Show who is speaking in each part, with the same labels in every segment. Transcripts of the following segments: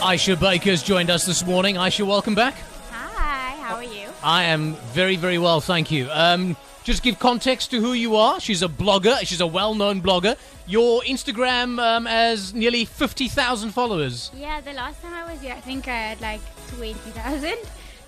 Speaker 1: Aisha Baker's joined us this morning. Aisha, welcome back.
Speaker 2: Hi, how are you?
Speaker 1: I am very, very well, thank you. Um, just give context to who you are. She's a blogger. She's a well-known blogger. Your Instagram um, has nearly fifty thousand followers.
Speaker 2: Yeah, the last time I was here, I think I had like 20,000.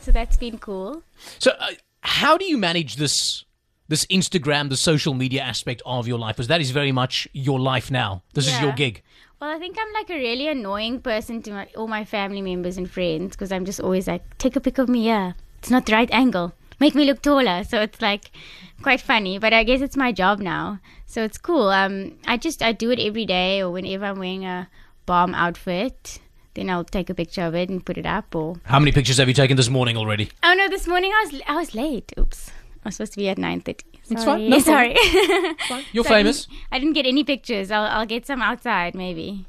Speaker 2: So that's been cool.
Speaker 1: So, uh, how do you manage this this Instagram, the social media aspect of your life? Because that is very much your life now. This is
Speaker 2: Yeah.
Speaker 1: your gig.
Speaker 2: Well, I think I'm like a really annoying person to my, all my family members and friends because I'm just always like, take a pic of me here. It's not the right angle. Make me look taller. So it's like quite funny, but I guess it's my job now. So it's cool. Um, I just, I do it every day or whenever I'm wearing a bomb outfit. Then I'll take a picture of it and put it up or
Speaker 1: How many pictures have you taken this morning already?
Speaker 2: Oh no, this morning I was I was late. Oops. I was supposed to be at 9:30.
Speaker 1: It's
Speaker 2: Sorry.
Speaker 1: fine, no
Speaker 2: Sorry.
Speaker 1: You're
Speaker 2: So I
Speaker 1: famous.
Speaker 2: didn't- I didn't get any pictures. I'll I'll get some outside maybe.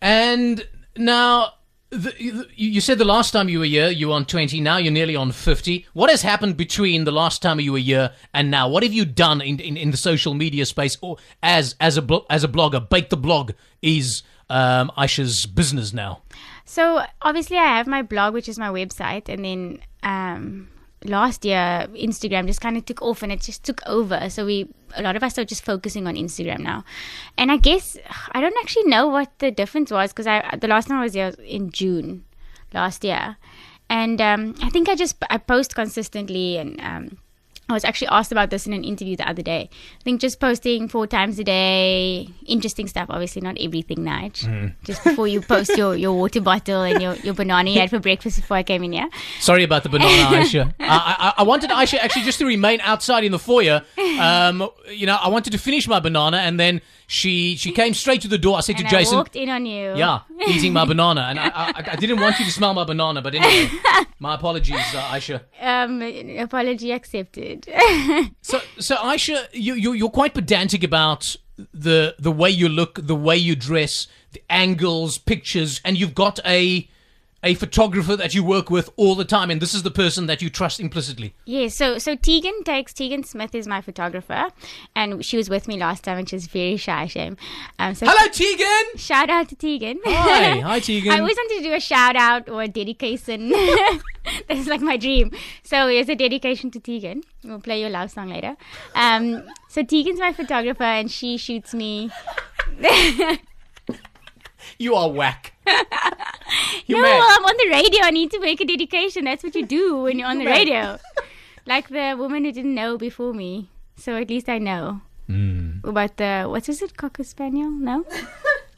Speaker 1: And now, the, you- you said the last time you were here, you were on 20. Now you're nearly on 50. What has happened between the last time you were here and now? What have you done in, in, in the social media space or as as a blo- as a blogger? Bake the blog is um, Aisha's business now.
Speaker 2: So obviously I have my blog which is my website and then um last year Instagram just kind of took off and it just took over. So we a lot of us are just focusing on Instagram now. And I guess I don't actually know what the difference was because I the last time I was here was in June last year. And um, I think I just I post consistently and um, I was actually asked about this in an interview the other day. I think just posting four times a day, interesting stuff, obviously not everything, Nige.
Speaker 1: Mm-hmm.
Speaker 2: Just before you post your, your water bottle and your, your banana you had for breakfast before I came in here.
Speaker 1: Sorry about the banana, Aisha. I, I, I wanted Aisha actually just to remain outside in the foyer. Um, you know, I wanted to finish my banana, and then she she came straight to the door. I said
Speaker 2: And
Speaker 1: to Jason,
Speaker 2: I walked in on you.
Speaker 1: Yeah, eating my banana, and I, I, I didn't want you to smell my banana, but anyway, my apologies, uh, Aisha.
Speaker 2: Um, apology accepted.
Speaker 1: So, so Aisha, you, you you're quite pedantic about the the way you look, the way you dress, the angles, pictures, and you've got a a photographer that you work with all the time, and this is the person that you trust implicitly.
Speaker 2: Yeah, so so Tegan takes Tegan Smith is my photographer, and she was with me last time, and she's very shy. Shame. Um, so
Speaker 1: Hello, Tegan.
Speaker 2: Shout out to Tegan.
Speaker 1: Hi. Hi, Tegan.
Speaker 2: I always wanted to do a shout out or a dedication. this is like my dream. So here's a dedication to Tegan. We'll play your love song later. Um, so Tegan's my photographer, and she shoots me.
Speaker 1: You are whack. you
Speaker 2: No, uh,
Speaker 1: mad.
Speaker 2: I'm on the radio. I need to make a dedication. That's what you do when you're on the radio. like the woman who didn't know before me. So at least I know about the what was it? Cocker spaniel? No,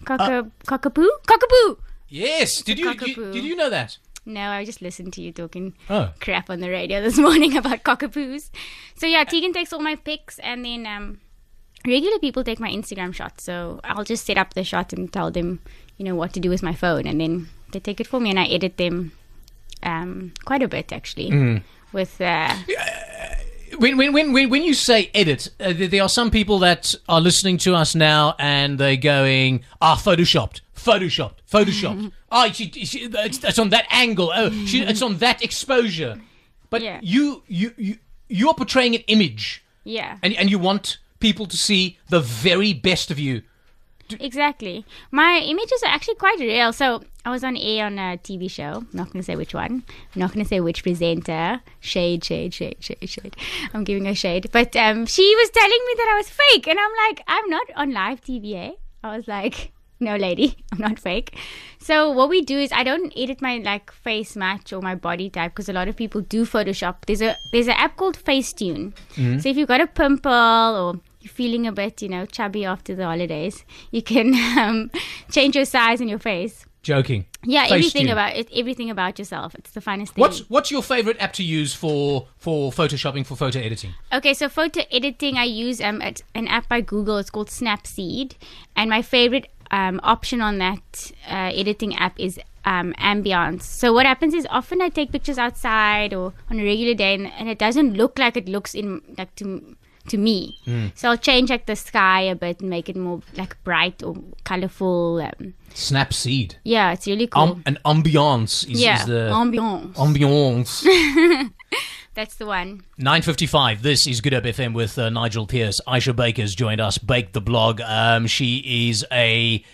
Speaker 2: cocker cockapoo, cockapoo.
Speaker 1: Yes. Did you, did you
Speaker 2: cockapoo.
Speaker 1: did you know that?
Speaker 2: No, I just listened to you talking
Speaker 1: Oh.
Speaker 2: crap on the radio this morning about cockapoos. So yeah, Tegan takes all my pics, and then um, regular people take my Instagram shots. So I'll just set up the shots and tell them, you know, what to do with my phone, and then they take it for me, and I edit them um, quite a bit actually. With uh,
Speaker 1: When, when, when, when, when you say edit, uh, th- there are some people that are listening to us now and they're going, ah, photoshopped, photoshopped, photoshopped. Ah, she, she, it's, it's on that angle. Oh, she, it's on that exposure. But
Speaker 2: Yeah.
Speaker 1: you, you, you, you're portraying an image
Speaker 2: yeah,
Speaker 1: and, and you want people to see the very best of you.
Speaker 2: Exactly. My images are actually quite real. So I was on air on a TV show. Not going to say which one. Not going to say which presenter. Shade, shade, shade, shade, shade. I'm giving her shade. But um, she was telling me that I was fake, and I'm like, I'm not on live TV. Eh? I was like, no, lady, I'm not fake. So what we do is I don't edit my like face match or my body type because a lot of people do Photoshop. There's a there's an app called Facetune.
Speaker 1: Mm-hmm.
Speaker 2: So if you've got a pimple or you're feeling a bit, you know, chubby after the holidays, you can um, change your size and your face.
Speaker 1: Joking.
Speaker 2: Yeah, everything
Speaker 1: Facetune.
Speaker 2: about it, everything about yourself. It's the finest thing.
Speaker 1: What's, what's your favorite app to use for, for photoshopping, for photo editing?
Speaker 2: Okay, so photo editing, I use um, at- an app by Google. It's called Snapseed, and my favorite um, option on that uh, editing app is um, ambiance. So what happens is often I take pictures outside or on a regular day, and, and it doesn't look like it looks in like to to me.
Speaker 1: Hmm.
Speaker 2: So I'll change like the sky a bit and make it more like bright or colorful. Um,
Speaker 1: Snapseed.
Speaker 2: yeah, it's really cool.
Speaker 1: Um, and ambiance is,
Speaker 2: yeah,
Speaker 1: is the
Speaker 2: ambiance.
Speaker 1: ambiance.
Speaker 2: That's the one.
Speaker 1: 9.55, this is Good Up FM with uh, Nigel Pearce. Aisha Baker's joined us, Bake the Blog. Um, she is a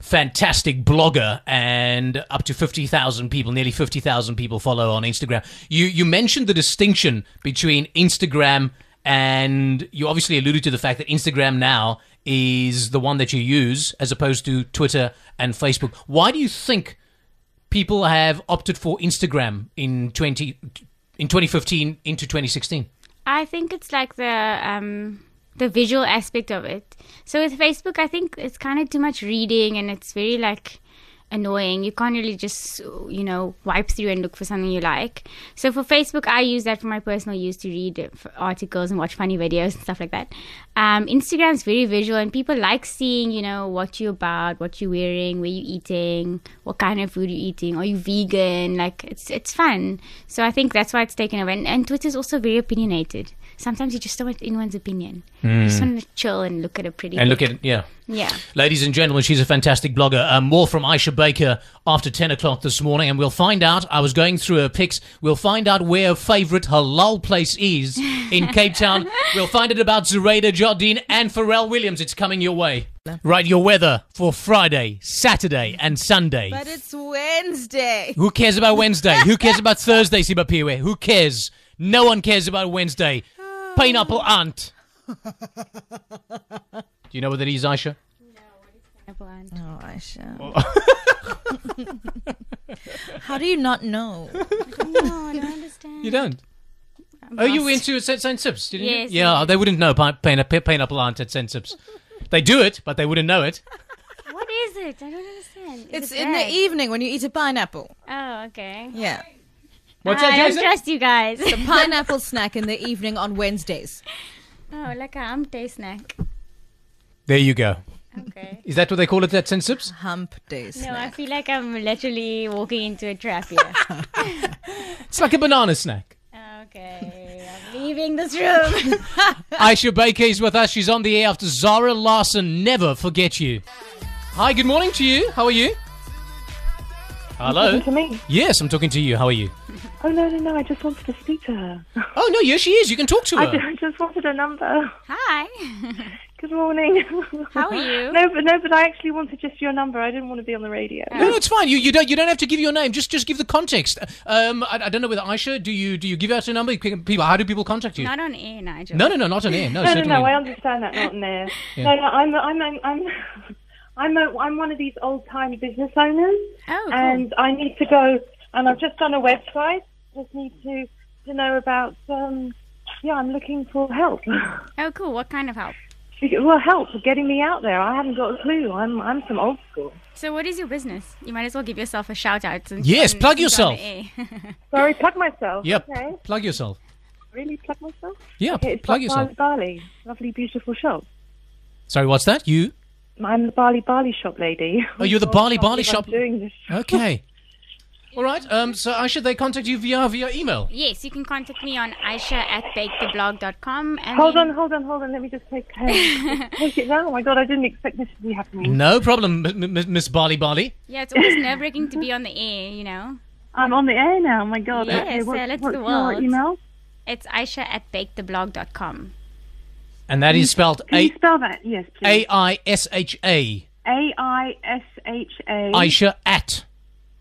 Speaker 1: fantastic blogger and up to 50,000 people, nearly 50,000 people follow on Instagram. You you mentioned the distinction between Instagram and you obviously alluded to the fact that Instagram now is the one that you use as opposed to Twitter and Facebook. Why do you think people have opted for Instagram in 20 in 2015 into 2016?
Speaker 2: I think it's like the um, the visual aspect of it. So with Facebook, I think it's kind of too much reading, and it's very like annoying. You can't really just you know wipe through and look for something you like. So for Facebook, I use that for my personal use to read uh, f- articles and watch funny videos and stuff like that. Um, Instagram is very visual, and people like seeing you know what you're about, what you're wearing, where you're eating, what kind of food you're eating, are you vegan? Like it's it's fun. So I think that's why it's taken over. And, and Twitter's also very opinionated. Sometimes you just don't want anyone's opinion. You just want to chill and look at a pretty
Speaker 1: Hmm. And look
Speaker 2: pic.
Speaker 1: at yeah.
Speaker 2: yeah.
Speaker 1: Ladies and gentlemen, she's a fantastic blogger. Uh, more from Aisha Baker after 10 o'clock this morning, and we'll find out. I was going through her pics. We'll find out where her favorite halal place is in Cape Town. we'll find it about Zoraida Jardine and Pharrell Williams. It's coming your way. Right, your weather for Friday, Saturday, and Sunday.
Speaker 3: But it's Wednesday.
Speaker 1: Who cares about Wednesday? Who cares about Thursday, Sibapiwe? Who cares? No one cares about Wednesday. Pineapple Aunt. Do you know what that is, Aisha?
Speaker 3: Oh, Aisha. How do you not know?
Speaker 2: No, I don't understand.
Speaker 1: You don't. oh, you went to St. St. Sips, didn't
Speaker 2: Yes,
Speaker 1: you? Yeah, they wouldn't know pine- pine- pi- pineapple aunt at St. Sips. They do it, but they wouldn't know it.
Speaker 2: What is it? I don't understand. Is
Speaker 3: It's
Speaker 2: it
Speaker 3: in the e-
Speaker 2: red?
Speaker 3: evening when you eat a pineapple.
Speaker 2: Oh, okay.
Speaker 3: Yeah.
Speaker 1: What's
Speaker 2: I
Speaker 1: that,
Speaker 2: don't
Speaker 1: Jason?
Speaker 2: trust you guys.
Speaker 3: The pineapple snack in the evening on Wednesdays.
Speaker 2: oh, like a hump day snack.
Speaker 1: There you go.
Speaker 2: Okay.
Speaker 1: Is that what they call it at St. Sips?
Speaker 3: Hump day
Speaker 2: No, I
Speaker 3: snack.
Speaker 2: feel like I'm literally walking into a trap here.
Speaker 1: It's like a banana snack.
Speaker 2: okay. I'm leaving this room.
Speaker 1: Aisha Baker is with us. She's on the air after Zara Larson. Never forget you. Hi, good morning to you. How are you? Hello.
Speaker 4: to me.
Speaker 1: Yes, I'm talking to you. How are you?
Speaker 4: Oh no, no, no! I just wanted to speak to her.
Speaker 1: Oh no, yes, she is. You can talk to
Speaker 4: I,
Speaker 1: her.
Speaker 4: ju- I just wanted a number.
Speaker 2: Hi.
Speaker 4: Good morning.
Speaker 2: How are you?
Speaker 4: No, but no, but I actually wanted just your number. I didn't want to be on the radio.
Speaker 2: Oh.
Speaker 1: No, no, it's fine. You, you don't you don't have to give your name. Just just give the context. Um, I, I don't know whether Aisha, do you do you give out your number? Can- People, how do people contact you?
Speaker 2: Not on air, Nigel.
Speaker 1: No, no, no, not on air. No,
Speaker 4: No, no,
Speaker 1: certainly.
Speaker 4: no. I understand that not near. No, no, I'm, I'm, I'm, I'm, I'm, a, I'm one of these old-time business owners,
Speaker 2: Oh, cool.
Speaker 4: and I need to go. And I've just done a website. Just need to to know about. Um, yeah, I'm looking for help.
Speaker 2: Oh, cool. What kind of help?
Speaker 4: well, help getting me out there. I haven't got a clue. I'm, I'm some old school.
Speaker 2: So, what is your business? You might as well give yourself a shout out. Since
Speaker 1: Yes,
Speaker 2: since
Speaker 1: plug
Speaker 2: you're on
Speaker 1: yourself.
Speaker 2: the air.
Speaker 4: Sorry, plug myself.
Speaker 1: Yep.
Speaker 4: Okay.
Speaker 1: Plug yourself.
Speaker 4: Really plug myself?
Speaker 1: Yeah,
Speaker 4: Okay, it's
Speaker 1: plug
Speaker 4: like
Speaker 1: yourself.
Speaker 4: Barley Barley. Lovely, beautiful shop.
Speaker 1: Sorry, what's that? You?
Speaker 4: I'm the Barley Barley shop lady.
Speaker 1: Oh, you're the
Speaker 4: God,
Speaker 1: Barley
Speaker 4: I can't
Speaker 1: Barley
Speaker 4: believe I'm
Speaker 1: shop-
Speaker 4: doing this.
Speaker 1: Okay. All right. Um, so Aisha, they contact you via via email.
Speaker 2: yes, you can contact me on Aisha at baketheblog.com. And
Speaker 4: Hold
Speaker 2: then-
Speaker 4: on, hold on, hold on. Let me just take, um, take it now. Oh my God, I didn't expect this to be happening.
Speaker 1: No problem, M- M- M- Miss Barley Barley.
Speaker 2: Yeah, it's always nerve wracking to be on the air, you know.
Speaker 4: I'm on the air now. Oh my God.
Speaker 2: Yes,
Speaker 4: okay, what's,
Speaker 2: tell it to
Speaker 4: what's
Speaker 2: the
Speaker 4: your
Speaker 2: world.
Speaker 4: email?
Speaker 2: It's Aisha at baketheblog.com.
Speaker 1: And that is spelled
Speaker 4: Can
Speaker 1: A
Speaker 4: you spell that? Yes,
Speaker 1: A
Speaker 4: please.
Speaker 1: I S H A.
Speaker 4: A I S H A.
Speaker 1: Aisha at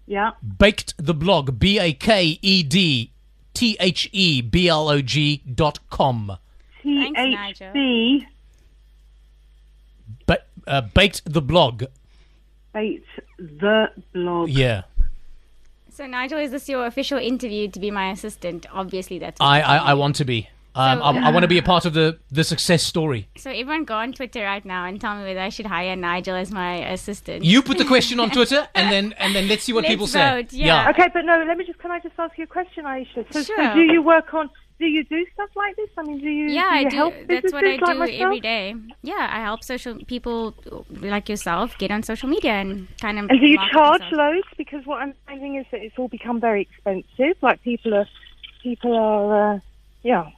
Speaker 4: Yeah.
Speaker 1: baked the blog b a k e d t h e b l o g dot com.
Speaker 4: T H B.
Speaker 1: Ba- uh, baked the blog.
Speaker 4: Bait the blog.
Speaker 1: Yeah.
Speaker 2: So, Nigel, is this your official interview to be my assistant? Obviously, that's.
Speaker 1: I, I, I want to be. Um, I, I want to be a part of the, the success story.
Speaker 2: so, everyone go on Twitter right now and tell me whether I should hire Nigel as my assistant.
Speaker 1: You put the question on Twitter, and then and then let's see what
Speaker 2: Let's
Speaker 1: people
Speaker 2: vote,
Speaker 1: say.
Speaker 2: yeah.
Speaker 4: Okay, but no, let me just, can I just ask you a question, Aisha? So,
Speaker 2: Sure.
Speaker 4: so do you work on, do you do stuff like this? I mean, do you,
Speaker 2: yeah,
Speaker 4: do
Speaker 2: I
Speaker 4: you
Speaker 2: do.
Speaker 4: help
Speaker 2: That's what I
Speaker 4: businesses
Speaker 2: do
Speaker 4: like myself?
Speaker 2: every day. Yeah, I help social people like yourself get on social media and kind of.
Speaker 4: And do you
Speaker 2: market
Speaker 4: charge
Speaker 2: themselves.
Speaker 4: loads? Because what I'm finding is that it's all become very expensive. Like people are, people are, uh, yeah.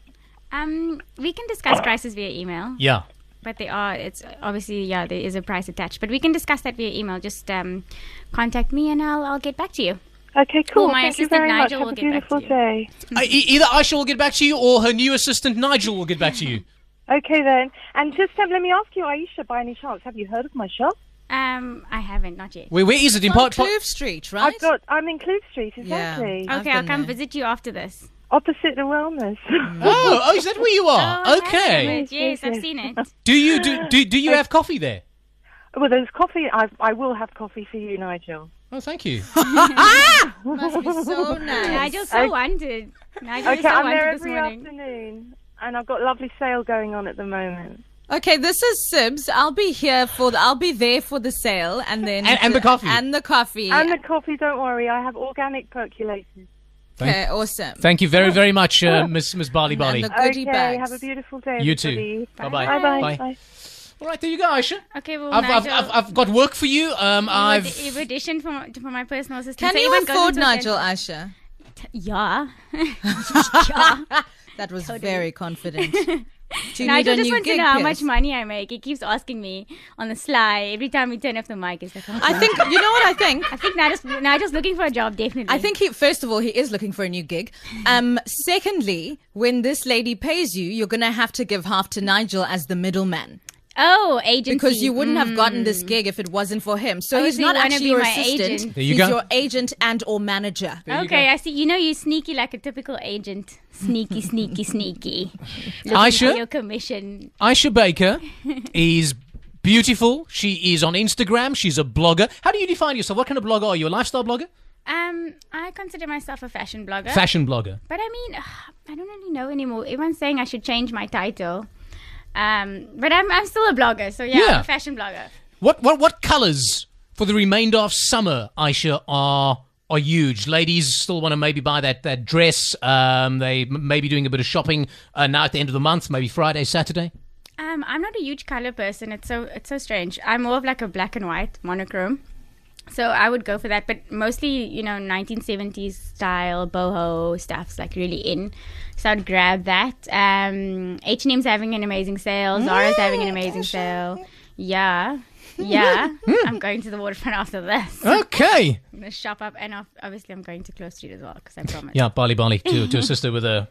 Speaker 2: Um, we can discuss prices via email,
Speaker 1: Yeah.
Speaker 2: but they are. It's obviously yeah, there is a price attached, but we can discuss that via email. Just um, contact me and I'll I'll get back to you.
Speaker 4: Okay, cool.
Speaker 2: my
Speaker 4: Thank you
Speaker 2: assistant
Speaker 4: very
Speaker 2: Nigel
Speaker 4: much.
Speaker 2: will
Speaker 4: Have a
Speaker 2: get back to
Speaker 4: beautiful
Speaker 2: you.
Speaker 4: day.
Speaker 1: Uh, e- either Aisha will get back to you, or her new assistant Nigel will get back to you.
Speaker 4: Okay then. And just um, let me ask you, Aisha, by any chance, have you heard of my shop?
Speaker 2: Um, I haven't, not yet.
Speaker 1: Where, where is it in
Speaker 3: On
Speaker 1: part? Oh, part-
Speaker 3: Kloof Street, right?
Speaker 4: I've got. I'm in Kloof Street,
Speaker 3: Yeah.
Speaker 4: exactly.
Speaker 3: I've
Speaker 2: okay, I'll
Speaker 3: been
Speaker 2: come
Speaker 3: there.
Speaker 2: visit you after this.
Speaker 4: Opposite the Wellness.
Speaker 1: oh, oh, is that where you are?
Speaker 3: Uh,
Speaker 2: I have
Speaker 1: okay.
Speaker 2: it. Yes, I've seen it.
Speaker 1: Do you do, do do you have coffee there?
Speaker 4: well, there's coffee. I I will have coffee for you, Nigel.
Speaker 1: Oh, thank you.
Speaker 3: Ah! Must be so nice.
Speaker 2: Nigel so wanted. Nigel is
Speaker 4: Okay,
Speaker 2: so
Speaker 4: I'm there
Speaker 2: wanted this
Speaker 4: every
Speaker 2: morning.
Speaker 4: afternoon, and I've got a lovely sale going on at the moment.
Speaker 3: Okay, this is Sibs. I'll be here for the, I'll be there for the sale and then
Speaker 1: And- and the coffee.
Speaker 3: and the coffee.
Speaker 4: And the coffee. Don't worry, I have organic perculators.
Speaker 3: okay, awesome.
Speaker 1: Thank you very very much, uh, Miss Miss Barley Barley.
Speaker 3: And the goodie
Speaker 4: Okay,
Speaker 3: bags.
Speaker 4: have a beautiful day.
Speaker 1: You too. Bye bye.
Speaker 4: Bye bye.
Speaker 1: All right, there you go, Aisha.
Speaker 2: Okay, well,
Speaker 1: I've, I've, I've,
Speaker 2: Nigel,
Speaker 1: I've got work for you. Um,
Speaker 2: I've,
Speaker 1: I've
Speaker 2: you've auditioned for my, for my personal assistant.
Speaker 3: Can
Speaker 2: so
Speaker 3: you
Speaker 2: even goes
Speaker 3: afford
Speaker 2: into a-
Speaker 3: Nigel Asher?
Speaker 2: Yeah.
Speaker 3: That was very confident. Do
Speaker 2: Nigel
Speaker 3: you need a
Speaker 2: just
Speaker 3: new
Speaker 2: wants to
Speaker 3: gig,
Speaker 2: know how
Speaker 3: Piers?
Speaker 2: much money I make. He keeps asking me on the sly every time we turn off the mic. It's like, oh,
Speaker 3: I think you know what I think.
Speaker 2: I think Nigel's, Nigel's looking for a job, definitely.
Speaker 3: I think he first of all he is looking for a new gig. Um secondly, when this lady pays you, you're going to have to give half to Nigel as the middleman
Speaker 2: Oh, agency.
Speaker 3: because you wouldn't have gotten this gig if it wasn't for him. So
Speaker 2: Mm. Oh,
Speaker 3: he's
Speaker 2: so you
Speaker 3: not
Speaker 2: wanna
Speaker 3: actually
Speaker 2: be
Speaker 3: your
Speaker 2: my
Speaker 3: assistant.
Speaker 2: agent.
Speaker 1: There you
Speaker 3: he's
Speaker 1: go.
Speaker 3: your agent and or manager.
Speaker 1: There you
Speaker 2: okay,
Speaker 1: go.
Speaker 2: I see. You know, you sneaky like a typical agent. Sneaky, sneaky, sneaky. Looking
Speaker 1: Aisha?
Speaker 2: for your commission.
Speaker 1: Aisha Baker is beautiful. She is on Instagram. She's a blogger. How do you define yourself? What kind of blogger are you? A lifestyle blogger?
Speaker 2: Um, I consider myself a fashion blogger,
Speaker 1: Fashion blogger.
Speaker 2: but I mean, I don't really know anymore. Everyone's saying I should change my title. Um, but I'm I'm still a blogger, so yeah,
Speaker 1: Yeah.
Speaker 2: I'm a fashion blogger.
Speaker 1: What what what colors for the remainder of summer, Aisha, are are huge. Ladies still want to maybe buy that that dress. Um, they m- may be doing a bit of shopping uh, now at the end of the month, maybe Friday, Saturday.
Speaker 2: Um, I'm not a huge color person. It's so it's so strange. I'm more of like a black and white monochrome. So I would go for that, but mostly you know 1970s style boho stuff's like really in. So I'd grab that. Um, H&M's having an amazing sale. Zara's having an amazing sale. Yeah, yeah. I'm going to the waterfront after this. I'm
Speaker 1: Okay.
Speaker 2: gonna shop up, and ob- obviously I'm going to Close Street as well because I promised.
Speaker 1: Yeah, Bali Bali to to assist her with a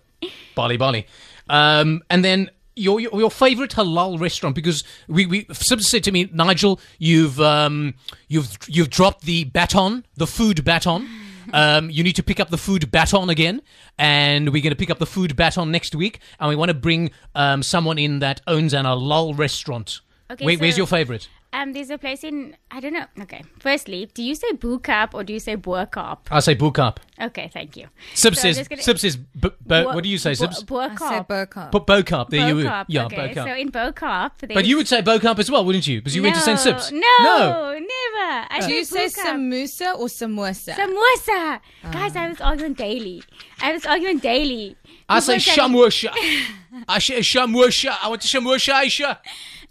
Speaker 1: Bali Bali, um, and then. Your, your, your favorite halal restaurant because we we Sibs said to me Nigel you've um you've you've dropped the baton the food baton um you need to pick up the food baton again and we're going to pick up the food baton next week and we want to bring um someone in that owns an halal restaurant
Speaker 2: Okay,
Speaker 1: Where- where's
Speaker 2: so-
Speaker 1: your favorite
Speaker 2: Um, there's a place in I don't know. Okay, firstly, do you say boo cup or do you say boer cup?
Speaker 1: I say book up
Speaker 2: Okay, thank you.
Speaker 1: Sibs
Speaker 2: So I'm
Speaker 1: says
Speaker 2: just gonna-
Speaker 1: Sibs says b- b- Uh, what do you say Sibs
Speaker 2: Boer
Speaker 3: I said
Speaker 2: cup.
Speaker 3: Burkhart.
Speaker 1: Bo- Bokap, there you
Speaker 2: Bokop,
Speaker 1: yeah
Speaker 2: okay.
Speaker 1: Bokap.
Speaker 2: So in Bokop,
Speaker 1: But you would say Bokamp as well, wouldn't you? Because you went to St. Sips.
Speaker 2: No,
Speaker 1: No.
Speaker 2: never. I
Speaker 3: Do you say
Speaker 2: Bokop.
Speaker 3: samosa or samosa? Ah.
Speaker 2: Samosa. Guys, I have this argument daily. I have this argument daily.
Speaker 1: I say
Speaker 2: People
Speaker 1: Shamwasha. I say Shamwasha. I went to Shamwasha, Aisha.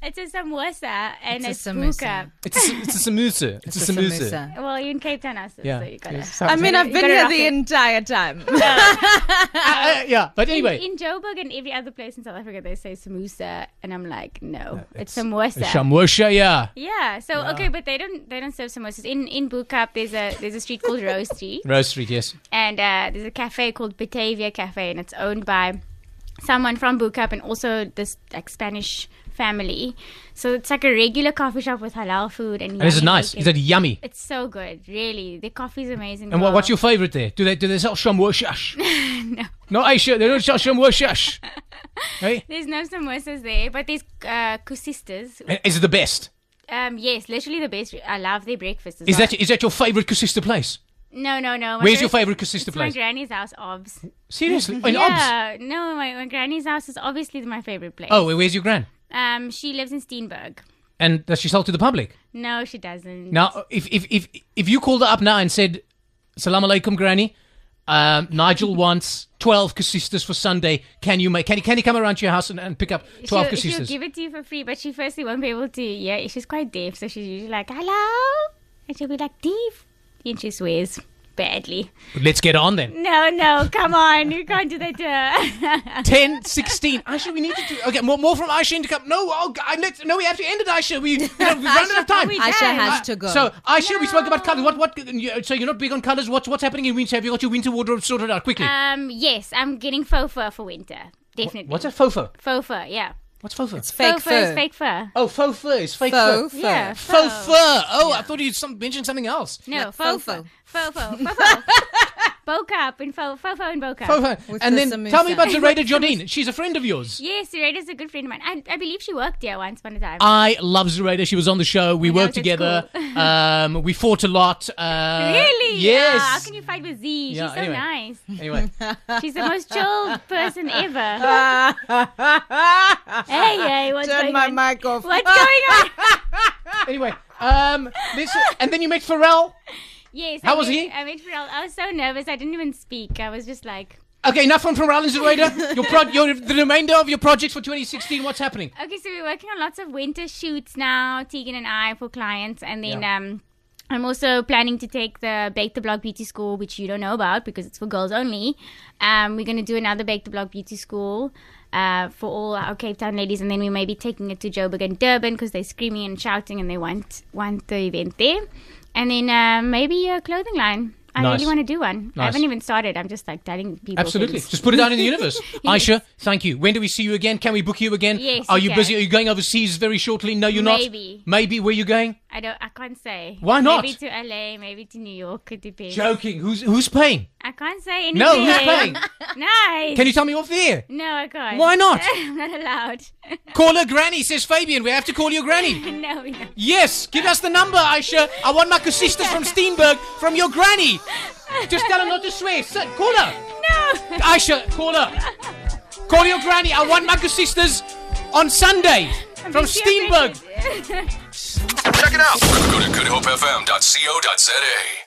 Speaker 2: It's a samosa and
Speaker 3: It's a
Speaker 2: it's,
Speaker 3: samosa.
Speaker 2: Bokop.
Speaker 1: It's a, it's a samosa. It's,
Speaker 3: It's
Speaker 1: a
Speaker 3: a
Speaker 1: samosa.
Speaker 3: samosa.
Speaker 2: Well, you're in Cape Town, also,
Speaker 1: Yeah.
Speaker 2: so you gotta.
Speaker 3: I mean, I've
Speaker 2: You
Speaker 3: been
Speaker 2: gotta
Speaker 3: here
Speaker 2: rock
Speaker 3: the
Speaker 2: it.
Speaker 3: entire time.
Speaker 1: Uh, uh, yeah, but anyway.
Speaker 2: In Joburg and every other place in South Africa, they say samosa, and I'm like, no, it's, samosa.
Speaker 1: Shamwasha, yeah.
Speaker 2: yeah. So okay, but they don't they don't serve samosas in in Bukap. There's a there's a street called Rose Street.
Speaker 1: Rose Street, yes.
Speaker 2: and uh, there's a cafe called Batavia Cafe, and it's owned by someone from Bukup and also this like Spanish family. So it's like a regular coffee shop with halal food, and,
Speaker 1: And this is
Speaker 2: yummy
Speaker 1: nice.
Speaker 2: bacon.
Speaker 1: Is that yummy?
Speaker 2: it's so good, really. The coffee's amazing.
Speaker 1: And what,
Speaker 2: girl.
Speaker 1: what's your favorite there? Do they do they sell Shamwashash? no. No, Aisha, they don't sell Shamwashash. hey?
Speaker 2: There's no samosas there, but there's uh, kusistas.
Speaker 1: And Is it the best?
Speaker 2: Um, yes, literally the best. I love their breakfast. As
Speaker 1: Is
Speaker 2: well.
Speaker 1: that is that your favorite Kusista place?
Speaker 2: no, no, no? my
Speaker 1: Where's your
Speaker 2: first-
Speaker 1: favorite Kusista
Speaker 2: It's my
Speaker 1: place?
Speaker 2: granny's house, Obs.
Speaker 1: Seriously? In Obs?
Speaker 2: Yeah, no, my, my granny's house is obviously my favorite place.
Speaker 1: Oh, where's your gran?
Speaker 2: um, she lives in Steenberg.
Speaker 1: And does she sell to the public?
Speaker 2: No, she doesn't.
Speaker 1: Now, if if if if you called her up now and said, "Salam alaikum, Granny," um, Nigel wants twelve casistas for Sunday. Can you make? Can he can he come around to your house and, and pick up twelve
Speaker 2: she'll, she'll
Speaker 1: casistas?
Speaker 2: give it to you for free, but she firstly won't be able to. Yeah, she's quite deaf, so she's usually like, hello. And she'll be like, deaf. And she swears badly.
Speaker 1: Let's get on then.
Speaker 2: No, no, come on. You can't do that to her.
Speaker 1: 10, 16. Aisha, we need to do. Okay, more, more from Aisha in to come. No, oh, g- I, let's, no, we have to end it, Aisha. We, we don't- we've run out of time.
Speaker 2: we
Speaker 3: Aisha
Speaker 2: done.
Speaker 3: has to go.
Speaker 1: So, Aisha, we spoke about colours. What, what? you- So you're not big on colours. What's, what's happening in winter? Have you got your winter wardrobe
Speaker 2: Uh,
Speaker 1: sorted out quickly?
Speaker 2: um, yes, I'm getting faux fur for winter. Definitely.
Speaker 1: what's a fofo?
Speaker 2: Faux fur, yeah.
Speaker 1: What's faux fur?
Speaker 3: Fake
Speaker 2: faux fur is
Speaker 3: fur.
Speaker 2: fake fur.
Speaker 1: oh, faux fur is fake
Speaker 3: Faux fur.
Speaker 2: Yeah.
Speaker 1: fur. Faux fur. Oh, I thought you some, mentioned something else.
Speaker 2: No,
Speaker 3: Like
Speaker 2: faux
Speaker 3: fofo.
Speaker 2: fur. Faux fur. Faux fur. Bocap and faux faux fur and bocap.
Speaker 1: Faux fur.
Speaker 3: With
Speaker 1: And
Speaker 3: the
Speaker 1: then
Speaker 3: samosa.
Speaker 1: tell me about Zoraida Jardine. She's a friend of yours.
Speaker 2: Yes, Serena's a good friend of mine. I, I believe she worked here once upon a time.
Speaker 1: I love Zoraida. She was on the show. We
Speaker 2: know,
Speaker 1: worked
Speaker 2: that's
Speaker 1: together. um, we fought a lot. Uh,
Speaker 2: really?
Speaker 1: Yes.
Speaker 2: Ah, how can you fight with Z?
Speaker 1: Yeah,
Speaker 2: She's so
Speaker 1: anyway.
Speaker 2: nice.
Speaker 1: Anyway,
Speaker 2: She's the most chilled person ever. hey, hey, what's
Speaker 3: Turn
Speaker 2: going
Speaker 3: my
Speaker 2: on?
Speaker 3: mic off.
Speaker 2: What's going on?
Speaker 1: anyway. Um, this, and then you met Pharrell.
Speaker 2: Yes.
Speaker 1: How
Speaker 2: I
Speaker 1: was
Speaker 2: made,
Speaker 1: he?
Speaker 2: I made Pharrell. I was so nervous. I didn't even speak. I was just like,
Speaker 1: Okay, enough on Pharrell and Zoraida. Your pro- your, the remainder of your projects for 2016. What's happening?
Speaker 2: okay, so we're working on lots of winter shoots now, Tegan and I for clients, and then
Speaker 1: Yeah.
Speaker 2: um. I'm also planning to take the Bake the Block Beauty School, which you don't know about because it's for girls only. Um, we're going to do another Bake the Block Beauty School uh, for all our Cape Town ladies, and then we may be taking it to Joburg and Durban because they're screaming and shouting and they want want the event there. And then uh, maybe a clothing line. I
Speaker 1: Nice.
Speaker 2: really want to do one. I
Speaker 1: Nice.
Speaker 2: haven't even started. I'm just like telling people.
Speaker 1: Absolutely.
Speaker 2: things.
Speaker 1: Just put it out in the universe. Aisha, thank you. When do we see you again? Can we book you again?
Speaker 2: Yes,
Speaker 1: Are
Speaker 2: you
Speaker 1: you
Speaker 2: can.
Speaker 1: busy? Are you going overseas very shortly? No, you're not.
Speaker 2: Maybe.
Speaker 1: Maybe. Where you going?
Speaker 2: I don't. I can't say.
Speaker 1: Why not?
Speaker 2: Maybe to LA. Maybe to New York. It depends.
Speaker 1: Joking. Who's who's paying?
Speaker 2: I can't say anything.
Speaker 1: No, who's paying?
Speaker 2: Nice.
Speaker 1: Can you tell me off the air?
Speaker 2: No, I can't.
Speaker 1: Why not?
Speaker 2: I'm not allowed.
Speaker 1: Call her granny, says Fabian. We have to call your granny.
Speaker 2: no, we don't.
Speaker 1: Yes, give us the number, Aisha. I want my sister from Steenberg, from your granny. Just tell her not to swear. Sit, call her.
Speaker 2: No.
Speaker 1: Aisha, call her. Call your granny. I want my sisters on Sunday from Steenberg.
Speaker 2: Steenberg.
Speaker 5: Check it out. Go to goodhopefm.co.za.